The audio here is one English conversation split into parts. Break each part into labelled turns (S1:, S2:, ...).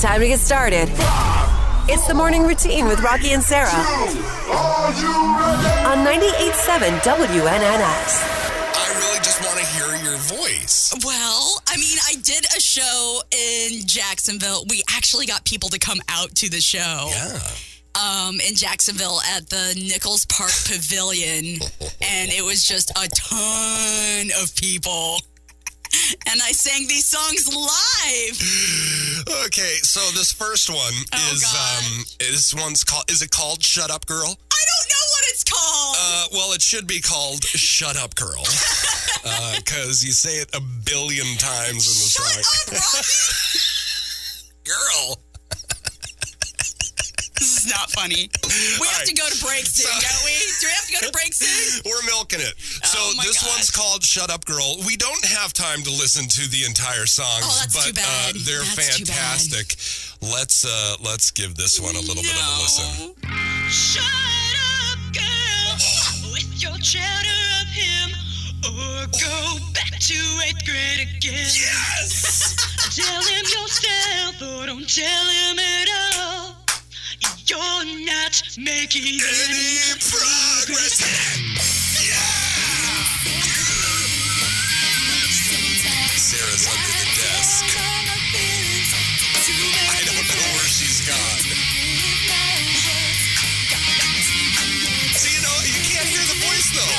S1: Time to get started. It's the morning routine with Rocky and Sarah on 98.7 WNNX.
S2: I really just want to hear your voice.
S3: Well, I mean, I did a show in Jacksonville. We actually got people to come out to the show
S2: Yeah.
S3: um, in Jacksonville at the Nichols Park Pavilion, and it was just a ton of people. And I sang these songs live.
S2: Okay, so this first one
S3: Oh,
S2: is
S3: God.
S2: um this one's called is it called Shut Up Girl?
S3: I don't know what it's called.
S2: Uh well it should be called Shut Up Girl. Uh, cuz you say it a billion times in the
S3: Shut
S2: song.
S3: up,
S2: Girl.
S3: Rocky. this is not funny. We
S2: All
S3: have
S2: right.
S3: to go to break soon,
S2: So-
S3: don't we? Do we have to go to break soon?
S2: We're milking it. So
S3: Oh, my
S2: this
S3: God.
S2: one's called Shut Up Girl. We don't have time to listen to the entire songs,
S3: Oh, that's
S2: but
S3: too bad.
S2: Uh, they're
S3: That's too bad.
S2: fantastic. Let's uh let's give this one a little bit of a listen.
S4: Shut up, girl, with your chatter of him, or go back to eighth grade again.
S2: Yes!
S4: Tell him yourself, or don't tell him at all. You're not making any.
S2: Any progress? Yeah! Sarah's under the desk. I don't know where she's gone. So you know you can't hear the voice though.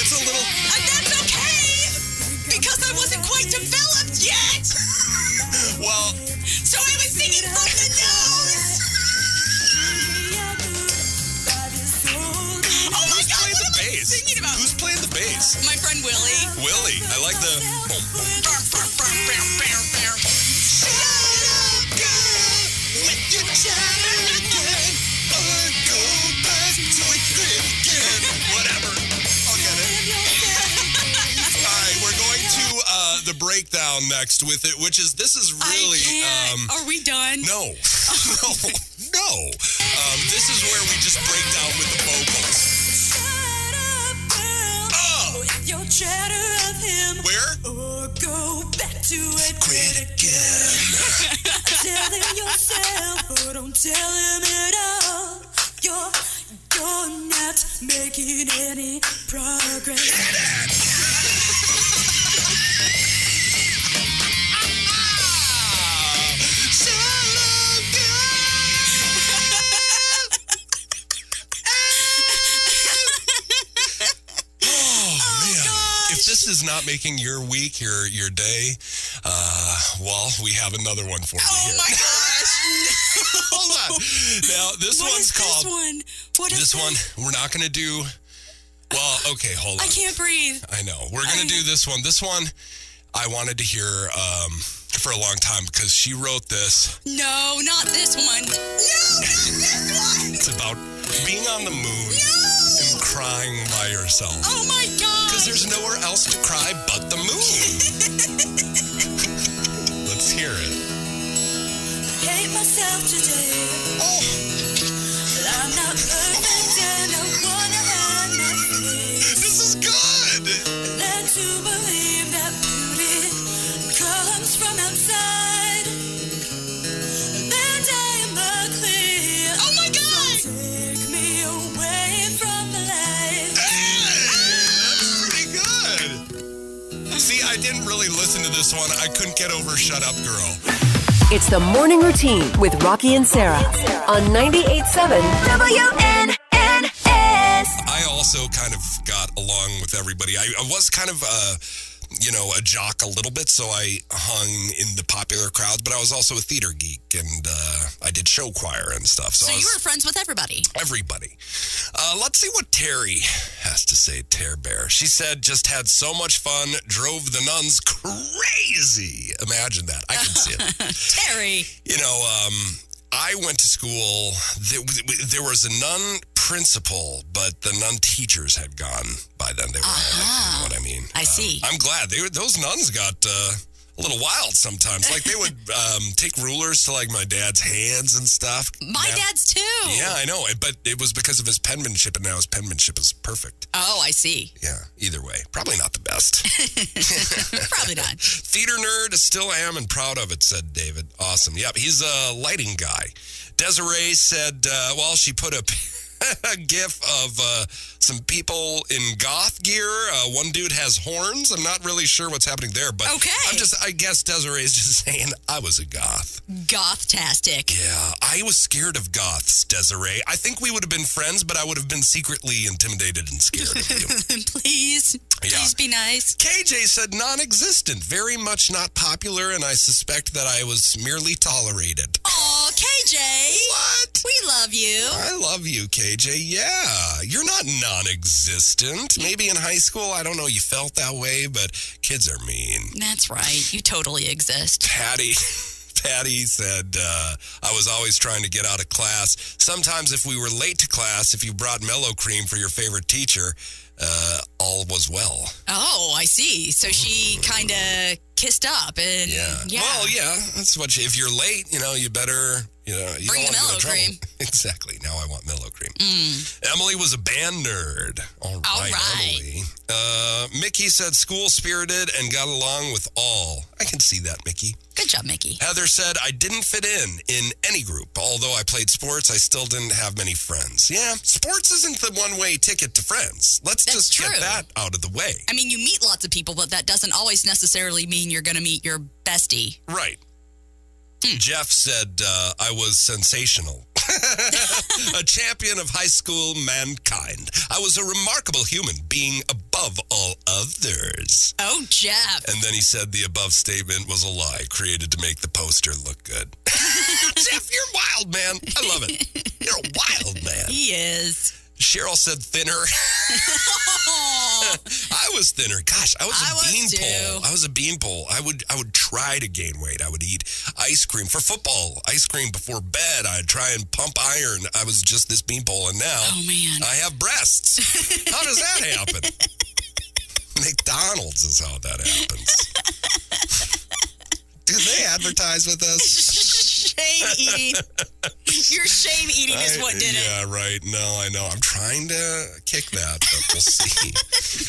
S2: It's a little.
S3: And that's okay because I wasn't quite developed yet.
S2: Well,
S3: So I was singing from the nose. Oh my
S2: who's
S3: God,
S2: playing
S3: what
S2: the
S3: am I
S2: bass?
S3: singing about?
S2: Who's playing the bass?
S3: My friend Willie.
S2: Willie. I like the. Shut up, girl, with your chatter again, or go back to it again. Whatever. I'll get it. All right, we're going to uh, the breakdown next with it, which is this is really
S3: I
S2: um,
S3: can't. Are we done?
S2: no, no, no. Um, this is where we just break down with the vocals. Oh, where? Quit again.
S5: Tell him it all. You're, you're not making any progress.
S2: Ah, shut up, Oh, man. If this is not making your week, your your day, uh, well, we have another one for you
S3: Oh
S2: here.
S3: my gosh.
S2: Hold on. Now this
S3: What
S2: one's
S3: is
S2: called
S3: this one? What is
S2: this one. We're not gonna do. Well, okay, hold on.
S3: I can't breathe.
S2: I know. We're gonna
S3: I-
S2: do this one. This one, I wanted to hear um, for a long time because she wrote this.
S3: No, not this one. No, not this one.
S2: It's about being on the moon and crying by yourself.
S3: Oh my
S2: Because
S3: god.
S2: there's nowhere else to cry but the moon. Let's hear it.
S5: Hate myself today.
S2: Oh,
S5: I'm not perfect and I wanna hide my face.
S2: this is good.
S5: Learn to believe that beauty comes from outside. That I am ugly.
S3: Oh my god.
S5: Take me away from the light.
S2: Hey, that's pretty good. See, I didn't really listen to this one. I couldn't get over Shut Up Girl.
S1: It's the morning routine with Rocky and Sarah on 98.7 WNNX.
S2: I also kind of got along with everybody. I, I was kind of uh you know, a jock a little bit, so I hung in the popular crowd, but I was also a theater geek and uh, I did show choir and stuff. So,
S3: So
S2: I
S3: you
S2: was-
S3: were friends with everybody.
S2: everybody. Uh, let's see what Terry has to say. Tear Bear. She said, just had so much fun, drove the nuns crazy. Imagine that. I can see it.
S3: Terry.
S2: You know, um, I went to school. There, there was a nun principal, but the nun teachers had gone by then. They were all, like, you know what I mean?
S3: Uh-huh. I see.
S2: I'm glad they were, those nuns got uh, a little wild sometimes. Like they would um, take rulers to like my dad's hands and stuff.
S3: My
S2: Now-
S3: dad's too.
S2: Yeah, I know. But it was because of his penmanship, and now his penmanship is perfect.
S3: Oh, I see.
S2: Yeah, either way, probably not the best.
S3: Probably not.
S2: Theater nerd, still am and proud of it, said David. Awesome. Yep, he's a lighting guy. Desiree said, uh, well, she put a, a gif of uh, some people in goth gear. Uh, one dude has horns. I'm not really sure what's happening there, but
S3: Okay.
S2: I'm just, I guess Desiree's just saying, I was a goth.
S3: Goth-tastic.
S2: Yeah, I was scared of goths, Desiree. I think we would have been friends, but I would have been secretly intimidated and scared of you.
S3: please,
S2: Yeah.
S3: please be nice.
S2: KJ said non existent, very much not popular, and I suspect that I was merely tolerated.
S3: Oh, KJ,
S2: What?
S3: we love you.
S2: I love you, KJ. Yeah, you're not non existent. Maybe in high school, I don't know, you felt that way, but kids are mean.
S3: That's right. You totally exist.
S2: Patty. Patty said, uh, I was always trying to get out of class. Sometimes, if we were late to class, if you brought mellow cream for your favorite teacher, uh, all was well.
S3: Oh, I see. So she kind of kissed up and
S2: Yeah.
S3: yeah.
S2: Well, yeah. That's what you, if you're late, you know, you better, you know, you
S3: Bring
S2: don't want
S3: the mellow
S2: to get in
S3: cream. Mm.
S2: trouble. Exactly. Now I want mellow cream. Emily was a band nerd. All right,
S3: All right.
S2: Emily. Uh, Mickey said school spirited and got along with all. I can see that, Mickey.
S3: Good job, Mickey.
S2: Heather said I didn't fit in in any group. Although I played sports, I still didn't have many friends. Yeah, sports isn't the one-way ticket to friends. Let's
S3: That's
S2: just
S3: true.
S2: get that out of the way.
S3: I mean, you meet lots of people, but that doesn't always necessarily mean you're going to meet your bestie.
S2: Right. Jeff said uh, I was sensational. a champion of high school mankind. I was a remarkable human being above all others.
S3: Oh, Jeff.
S2: And then he said the above statement was a lie created to make the poster look good. Jeff, you're wild, man. I love it. You're a wild man.
S3: He is.
S2: Cheryl said thinner.
S3: Oh,
S2: I was thinner. Gosh, I was
S3: I was
S2: a beanpole.
S3: too.
S2: I was a beanpole. I would I would try to gain weight. I would eat ice cream for football, ice cream before bed. I'd try and pump iron. I was just this beanpole, and now
S3: oh man.
S2: I have breasts. How does that happen? McDonald's is how that happens. Do they advertise with us?
S3: shame eating. Your shame eating is what did it.
S2: yeah, right. No, I know. I'm trying to kick that, but we'll see.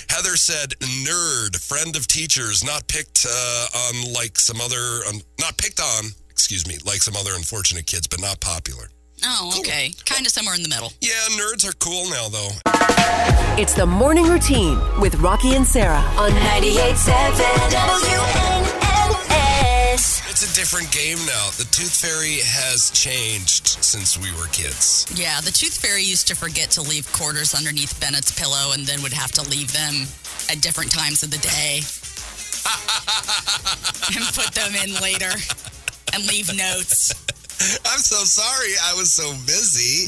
S2: Heather said, "Nerd, friend of teachers, not picked uh, on like some other, um, not picked on, excuse me, like some other unfortunate kids, but not popular."
S3: Oh, okay. Kind of somewhere in the middle.
S2: Yeah, nerds are cool now, though.
S1: It's the morning routine with Rocky and Sarah on 98.7 WNNS.
S2: It's a different game now. The Tooth Fairy has changed since we were kids.
S3: Yeah, the tooth fairy used to forget to leave quarters underneath Bennett's pillow and then would have to leave them at different times of the day and put them in later and leave notes.
S2: I'm so sorry. I was so busy.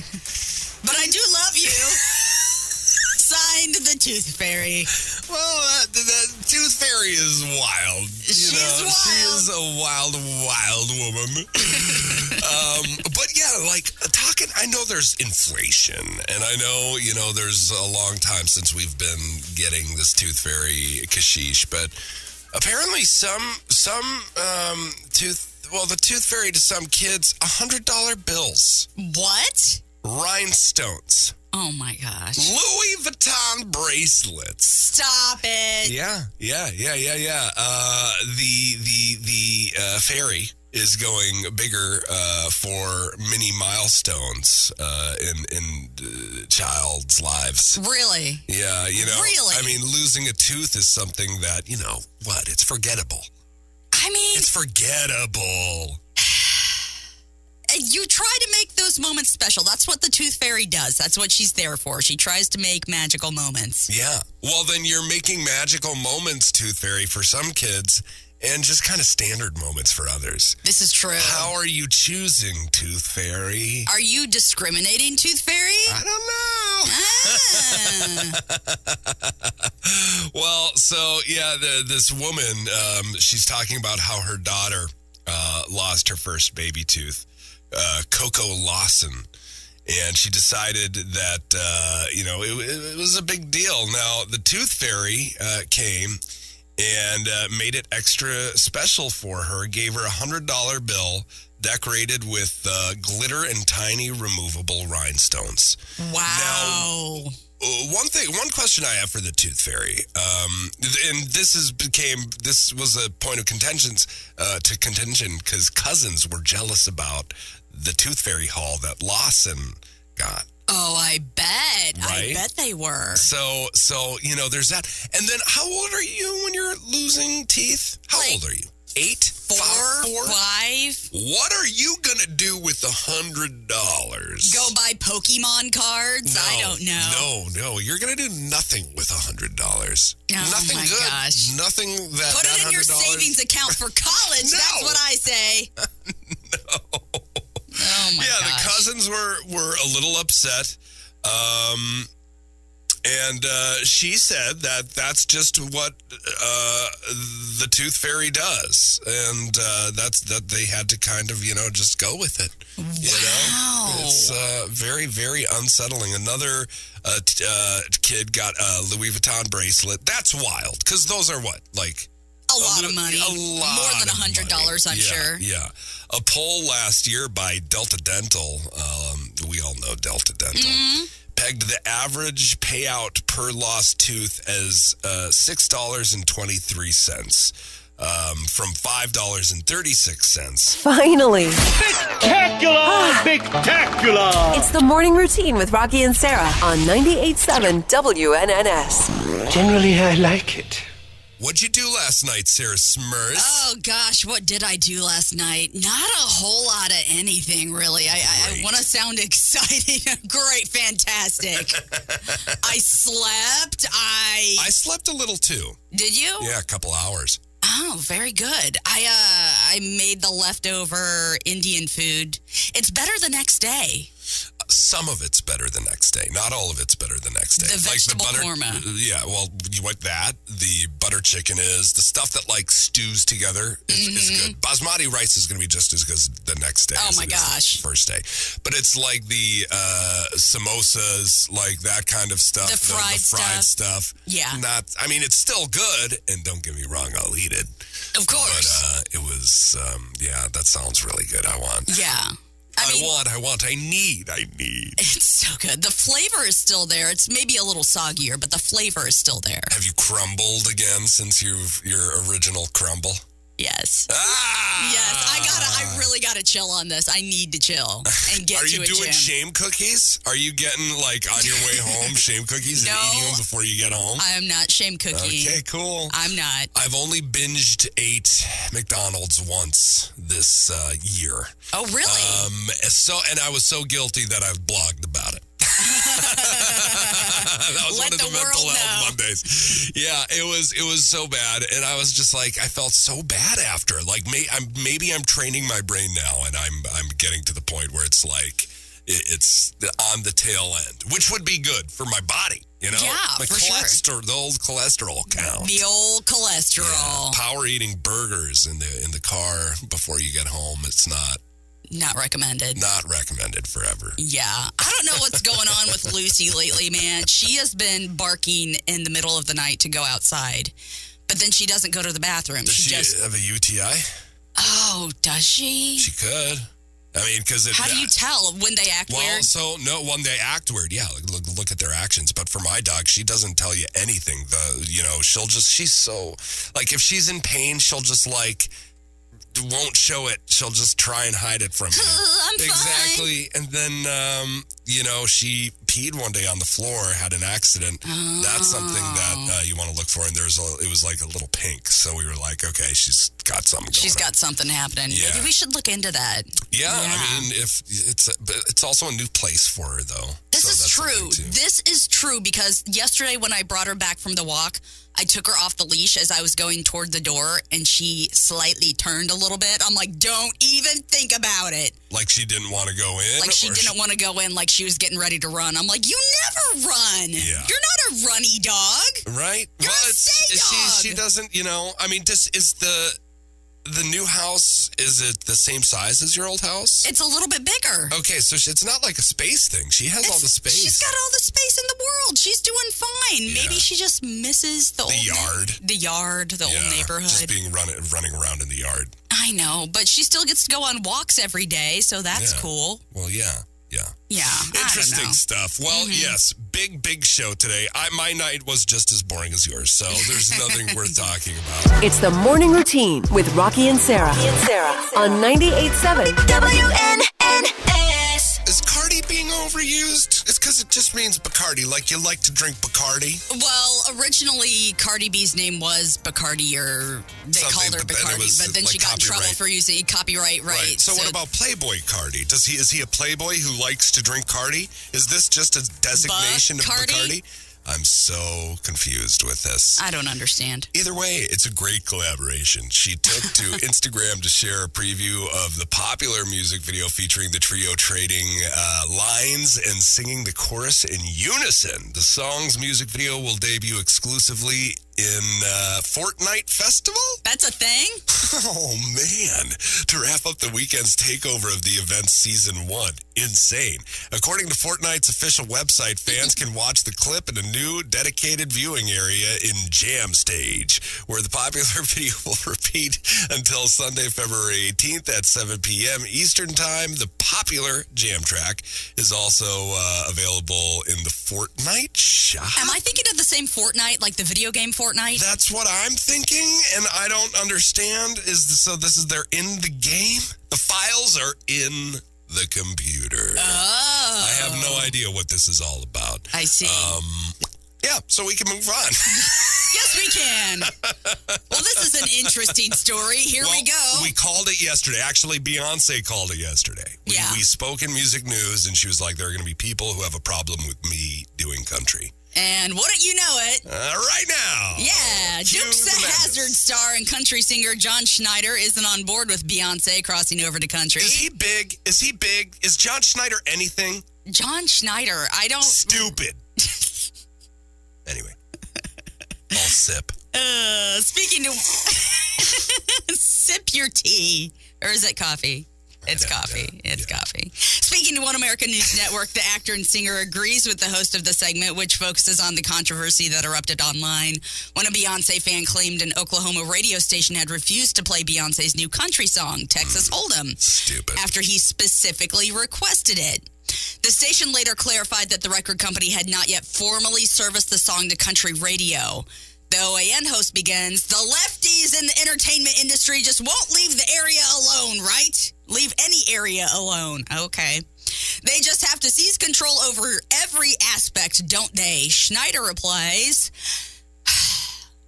S3: But I do love you. Signed the tooth fairy.
S2: Well, that, that Tooth Fairy is wild. You
S3: She's
S2: know, She
S3: wild.
S2: is a wild, wild woman. um, but yeah, like talking. I know there's inflation, and I know you know there's a long time since we've been getting this Tooth Fairy kashish, but apparently some some um, tooth. Well, the Tooth Fairy to some kids, hundred dollar bills,
S3: What?
S2: rhinestones,
S3: Oh my gosh.
S2: Louis Vuitton bracelets.
S3: Stop it.
S2: Yeah, yeah, yeah, yeah, yeah. Uh, the the the uh, ferry is going bigger uh, for many milestones uh, in in uh, child's lives.
S3: Really?
S2: Yeah, you know.
S3: Really?
S2: I mean, losing a tooth is something that you know what? It's forgettable.
S3: I mean,
S2: It's forgettable.
S3: you try to make those moments special. That's what the tooth fairy does. That's what she's there for. She tries to make magical moments.
S2: Yeah. Well, then you're making magical moments, Tooth Fairy, for some kids, and just kind of standard moments for others.
S3: This is true.
S2: How are you choosing, Tooth Fairy?
S3: Are you discriminating, tooth fairy?
S2: I don't know.
S3: Ah.
S2: Well, so yeah, the, this woman, um, she's talking about how her daughter uh, lost her first baby tooth, uh, Coco Lawson. And she decided that, uh, you know, it, it was a big deal. Now, the tooth fairy uh, came and uh, made it extra special for her. Gave her a hundred dollar bill decorated with uh, glitter and tiny removable rhinestones.
S3: Wow.
S2: Uh, one thing, one question I have for the Tooth Fairy, um, th- and this is became this was a point of contentions uh, to contention because cousins were jealous about the Tooth Fairy haul that Lawson got.
S3: Oh, I bet.
S2: Right?
S3: I bet they were.
S2: So, so you know, there's that. And then, how old are you when you're losing teeth? How
S3: Like
S2: old are you? Eight,
S3: Four,
S2: Five? Four?
S3: five.
S2: What are you gonna do with the hundred dollars?
S3: Go buy Pokemon cards. I don't know.
S2: No, no, you're gonna do nothing with a hundred dollars.
S3: Oh,
S2: nothing
S3: my
S2: good.
S3: gosh.
S2: Nothing that.
S3: Put
S2: that
S3: it in your
S2: $100
S3: savings account for college.
S2: No.
S3: That's what I say. no. Oh my
S2: yeah,
S3: gosh.
S2: the cousins were were a little upset. Um, and uh, she said that that's just what uh, the tooth fairy does, and uh, that's that they had to kind of you know just go with it. You
S3: Wow.
S2: know, it's uh, very very unsettling. Another uh, t- uh, kid got a Louis Vuitton bracelet. That's wild because those are what like
S3: a lot of
S2: lo-
S3: money.
S2: A lot
S3: More than
S2: of
S3: hundred dollars,
S2: money.
S3: I'm
S2: Yeah,
S3: sure.
S2: Yeah. A poll last year by Delta Dental, um, we all know Delta Dental,
S3: Mm-hmm.
S2: pegged the average payout per lost tooth as uh, $6.23 um, from $5.36.
S1: Finally,
S6: Ah.
S7: Spectacular! Spectacular!
S1: it's the morning routine with Rocky and Sarah on 98.7 WNNS.
S6: Generally, I like it.
S2: What'd you do last night, Sarah Smurfs?
S3: Oh gosh, what did I do last night? Not a whole lot of anything, really. I, I, I
S2: Great.
S3: want to sound exciting. Great, fantastic. I slept. I,
S2: I slept a little too.
S3: did you?
S2: Yeah, a couple hours.
S3: Oh, very good. I uh, I made the leftover Indian food. It's better the next day.
S2: Some of it's better the next day. Not all of it's better the next day.
S3: The vegetable
S2: butter,
S3: korma.
S2: Yeah, well, you what that the butter chicken is the stuff that like stews together is, is good. Basmati rice is going to be just as good as the next day.
S3: Mm-hmm. Oh
S2: as
S3: my
S2: it is the
S3: gosh.
S2: first day, but it's like the uh, samosas, like that kind of stuff.
S3: The fried
S2: fried stuff.
S3: Yeah.
S2: Not. I mean, it's still good, and don't get me wrong, I'll eat it.
S3: Of
S2: But
S3: course.
S2: uh, it was, um, yeah, that sounds really good. I want.
S3: uh, yeah. I
S2: I,
S3: mean,
S2: want. I want. I need. I need.
S3: it's so good. The flavor is still there. It's maybe a little soggier, but the flavor is still there.
S2: Have you crumbled again since you've your original crumble?
S3: Yes.
S2: Ah!
S3: Yes, I gotta. I really gotta chill on this. I need to chill and get
S2: Are
S3: to
S2: you
S3: a
S2: doing
S3: gym.
S2: shame cookies? Are you getting like on your way home shame cookies
S3: No.
S2: and eating them before you get home?
S3: I am not shame cookie.
S2: okay, cool.
S3: I'm not.
S2: I've only binged ate McDonald's once this uh, year.
S3: Oh really?
S2: Um, so and I was so guilty that I've blogged about it. that was
S3: Let
S2: one of the,
S3: the
S2: mental
S3: world
S2: health
S3: know.
S2: Mondays. Yeah, it was it was so bad, and I was just like, I felt so bad after. Like, may, I'm maybe I'm training my brain now, and I'm I'm getting to the point where it's like it, it's on the tail end, which would be good for my body. You know,
S3: Yeah,
S2: the
S3: for sure.
S2: cholesterol, the old cholesterol count.
S3: the old cholesterol.
S2: Power eating burgers in the in the car before you get home. It's not
S3: Not recommended.
S2: not recommended forever.
S3: Yeah, I don't know what's going on with Lucy lately, man. She has been barking in the middle of the night to go outside, but then she doesn't go to the bathroom.
S2: Does
S3: She,
S2: she
S3: just
S2: have a UTI?
S3: oh, does she?
S2: She could. I mean, because
S3: How do you tell when they act
S2: well,
S3: weird?
S2: so no, when they act weird, yeah, like, look, look at their actions. But for my dog, she doesn't tell you anything. The you know, she'll just she's so like if she's in pain, she'll just like won't show it. She'll just try and hide it from you.
S3: I'm fine.
S2: exactly. And then um, you know, she peed one day on the floor, had an accident. That's something
S3: Oh.
S2: that uh, you want to look for. And there's a, it was like a little pink. So we were like, okay, she's got something.
S3: She's
S2: going on.
S3: got something happening.
S2: Yeah.
S3: Maybe we should look into that.
S2: Yeah, I
S3: Yeah.
S2: mean, if it's but it's also a new place for her though.
S3: This
S2: So
S3: is
S2: that's something,
S3: true.
S2: too.
S3: This is true because yesterday when I brought her back from the walk, I took her off the leash as I was going toward the door and she slightly turned a little bit. I'm like, don't even think about it.
S2: like she didn't want to go in.
S3: Like she
S2: or
S3: didn't want to go in, like she was getting ready to run. I'm like, you never run.
S2: Yeah.
S3: You're not a runny dog.
S2: Right?
S3: You're a
S2: it's-
S3: stay
S2: she
S3: dog.
S2: she doesn't. You know, I mean, this is the the new house is it the same size as your old house?
S3: It's a little bit bigger.
S2: Okay, so she- it's not like a space thing. She has all the space.
S3: She's got all the space in the world. She's doing fine. Maybe she just misses the, old na-
S2: yard.
S3: the yard, the
S2: Yeah,
S3: old
S2: Just
S3: neighborhood.
S2: being run, running around in the yard.
S3: I know, but she still gets to go on walks every day, so that's
S2: Yeah.
S3: cool.
S2: Well, yeah, yeah.
S3: Yeah, I don't
S2: Interesting
S3: know. Mm-hmm.
S2: stuff. Well, yes, big, big show today. I, my night was just as boring as yours, so there's nothing worth talking about.
S1: It's the morning routine with Rocky and Sarah. and Sarah on 98.7
S5: WNNS.
S2: Is Cardi being overused? It's because it just means Bacardi, like you like to drink Bacardi.
S3: Well, originally Cardi B's name was Bacardi, or they
S2: Something,
S3: called her
S2: but then it
S3: Bacardi,
S2: was,
S3: but then she
S2: like,
S3: got in trouble
S2: copyright.
S3: for using copyright. Right.
S2: So, what about Playboy Cardi? Does he is he a Playboy who likes to drink Cardi? Is this just a designation of
S3: Bacardi?
S2: Bacardi? I'm so confused with this.
S3: I don't understand.
S2: Either way, it's a great collaboration. She took to Instagram to share a preview of the popular music video featuring the trio trading uh, lines and singing the chorus in unison. The song's music video will debut exclusively in uh, Fortnite Festival?
S3: That's a thing.
S2: Oh man! To wrap up the weekend's takeover of the event's season one, insane. According to Fortnite's official website, fans can watch the clip in a new dedicated viewing area in Jam Stage, where the popular video will repeat until Sunday, February 18th at 7 p.m. Eastern Time. The popular Jam track is also uh, available in the Fortnite shop.
S3: Am I thinking of the same Fortnite, like the video game Fortnite?
S2: That's what I'm thinking, and I don't understand. Is this, so? This is they're in the game. The files are in the computer.
S3: oh,
S2: I have no idea what this is all about.
S3: I see.
S2: Oh. Yeah, so we can move on.
S3: yes, we can. well, this is an interesting story. Here
S2: Well,
S3: we go.
S2: We called it yesterday. Actually, Beyonce called it yesterday. We,
S3: Yeah.
S2: we spoke in music news, and she was like, "There are going to be people who have a problem with me doing country."
S3: and wouldn't you know it?
S2: Uh, right now.
S3: Yeah,
S2: Cue
S3: Dukes
S2: the
S3: a
S2: madness.
S3: Hazard star and country singer John Schneider isn't on board with Beyonce crossing over to country.
S2: Is he big? Is he big? Is John Schneider anything?
S3: John Schneider, I don't.
S2: Stupid. anyway, I'll sip.
S3: Uh, speaking to. Sip your tea. Or is it coffee? It's coffee. It's coffee. Speaking to One America News Network, the actor and singer agrees with the host of the segment, which focuses on the controversy that erupted online when a Beyonce fan claimed an Oklahoma radio station had refused to play Beyonce's new country song, Texas Hold'em.
S2: Stupid.
S3: after he specifically requested it. The station later clarified that the record company had not yet formally serviced the song to country radio. The OAN host begins The lefties in the entertainment industry just won't leave the area alone, right? Leave any area alone. Okay. They just have to seize control over every aspect, don't they? Schneider replies.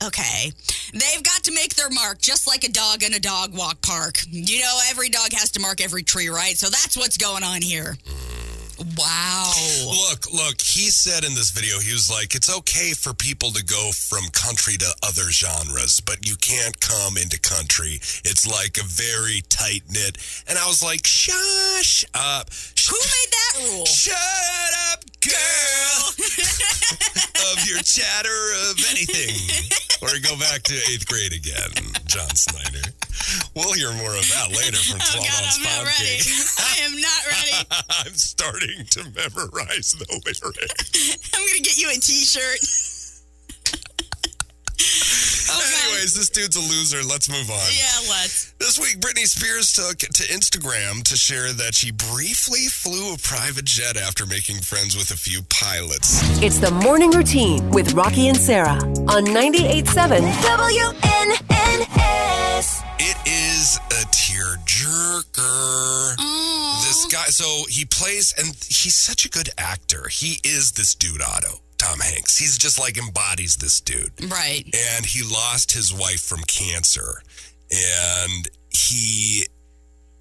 S3: Okay. They've got to make their mark just like a dog in a dog walk park. You know, every dog has to mark every tree, right? So that's what's going on here. Wow.
S2: Look, look, he said in this video, he was like, it's okay for people to go from country to other genres, but you can't come into country. It's like a very tight knit. And I was like, shush up. Sh-
S3: Who made that rule?
S2: Shut up, girl, of your chatter of anything. Or go back to eighth grade again, John Snyder. We'll hear more of that later from 12
S3: Oh, God,
S2: Ounce
S3: I'm not
S2: Pound
S3: ready.
S2: Cake.
S3: I am not ready.
S2: I'm starting to memorize the lyrics.
S3: I'm going to get you a t shirt. oh, God.
S2: Anyways, this dude's a loser. Let's move on.
S3: Yeah, let's.
S2: This week, Britney Spears took to Instagram to share that she briefly flew a private jet after making friends with a few pilots.
S1: It's the morning routine with Rocky and Sarah on 98.7
S5: WNNS.
S2: It is a tearjerker. This guy, so he plays, and he's such a good actor. He is this dude, Otto, Tom Hanks. He's just like embodies this dude.
S3: Right.
S2: and he lost his wife from cancer and he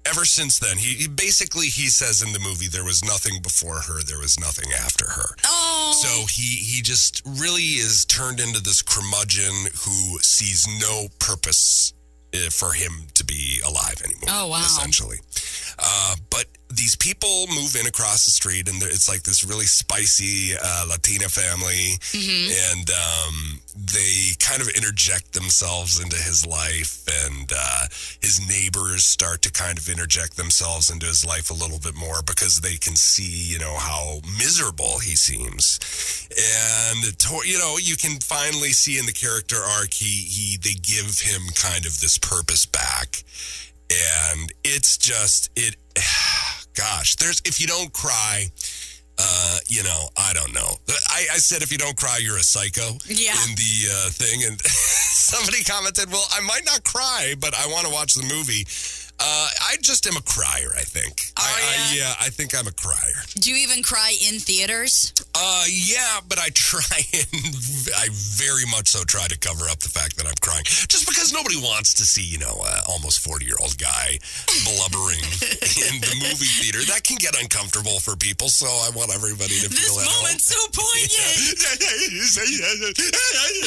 S2: ever since then he, he basically he says in the movie there was nothing before her there was nothing after her
S3: Oh.
S2: so he he just really is turned into this curmudgeon who sees no purpose eh, for him to be alive anymore
S3: Oh, wow.
S2: essentially Uh, but these people move in across the street, and they're- it's like this really spicy uh, Latina family, and um, they kind of interject themselves into his life, and uh, his neighbors start to kind of interject themselves into his life a little bit more because they can see, you know, how miserable he seems, and to- you know, you can finally see in the character arc he he they give him kind of this purpose back and it's just it gosh there's if you don't cry uh, you know, I don't know. I, I said if you don't cry, you're a psycho.
S3: Yeah.
S2: In the uh, thing, and somebody commented, "Well, I might not cry, but I want to watch the movie." Uh, I just am a crier. I think. Oh, I, I, yeah, I think I'm a crier.
S3: Do you even cry in theaters?
S2: Uh, yeah, but I try and I very much so try to cover up the fact that I'm crying, just because nobody wants to see you know uh, almost forty year old guy blubbering in the movie theater. That can get uncomfortable for people, so I want everybody to
S3: This
S2: feel at home.
S3: moment's so poignant.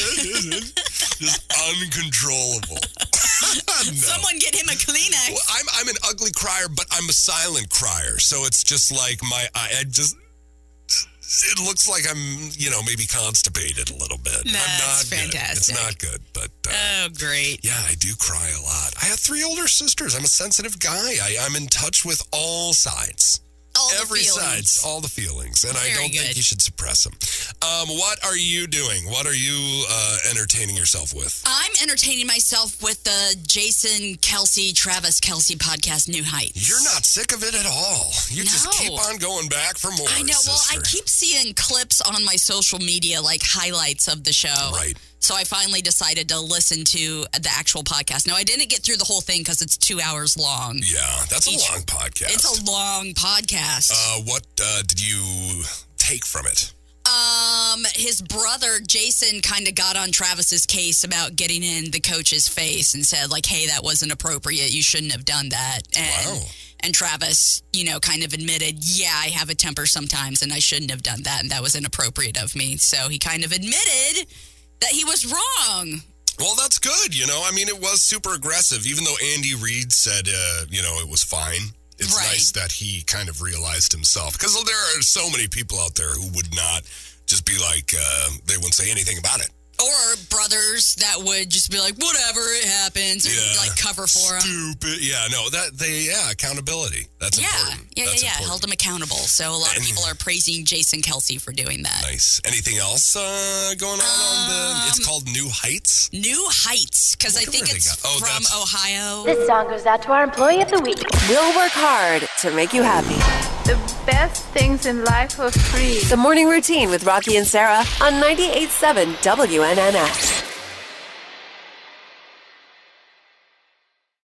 S2: just uncontrollable. No.
S3: Someone get him a Kleenex.
S2: Well, I'm I'm an ugly crier, but I'm a silent crier. So it's just like my I, I just it looks like I'm you know maybe constipated a little bit. I'm not
S3: That's
S2: Good. It's
S3: fantastic.
S2: not good, but. Uh,
S3: Oh, great.
S2: yeah, I do cry a lot. I have three older sisters. I'm a sensitive guy. I, I'm in touch with all sides.
S3: All the
S2: Every
S3: feelings.
S2: sides, all the feelings, and I
S3: Very
S2: don't think
S3: good.
S2: you should suppress them. Um, what are you doing? What are you uh, entertaining yourself with?
S3: I'm entertaining myself with the Jason Kelsey, Travis Kelsey podcast, New Heights.
S2: You're not sick of it at all. You just
S3: No.
S2: keep on going back for more.
S3: I know. Well, I
S2: sister.
S3: keep seeing clips on my social media, like highlights of the show.
S2: Right.
S3: So I finally decided to listen to the actual podcast. Now, I didn't get through the whole thing because it's two hours long.
S2: Yeah, that's a
S3: Each-
S2: long podcast.
S3: It's a long podcast.
S2: uh, what uh, did you take from it?
S3: Um, his brother Jason kind of got on Travis's case about getting in the coach's face and said like, "Hey, that wasn't appropriate. You shouldn't have done that." And
S2: Wow.
S3: and Travis, you know, kind of admitted, "Yeah, I have a temper sometimes and I shouldn't have done that and that was inappropriate of me." So he kind of admitted that he was wrong.
S2: Well, that's good. You know, I mean, it was super aggressive, even though Andy Reid said, uh, you know, it was fine. It's
S3: Right.
S2: nice that he kind of realized himself because there are so many people out there who would not just be like, uh, they wouldn't say anything about it.
S3: Or brothers that would just be like, "Whatever, it happens," and
S2: Yeah.
S3: like cover for him.
S2: Stupid. Yeah, no, that they, yeah, accountability. That's
S3: Yeah,
S2: important.
S3: yeah, yeah,
S2: That's
S3: yeah.
S2: important.
S3: Held him accountable. So a lot of people are praising Jason Kelsey for doing that.
S2: Nice. Anything else uh, going on? on
S3: Um,
S2: the, it's called New Heights.
S3: New Heights because I
S2: Wonder
S3: think
S2: where they
S3: it's
S2: got- oh,
S3: from
S2: that's-
S3: Ohio.
S8: This song goes out to our employee of the week.
S1: We'll work hard to make you happy.
S9: The best things in life are free.
S1: The morning routine with Rocky and Sarah on 98.7 WNNX.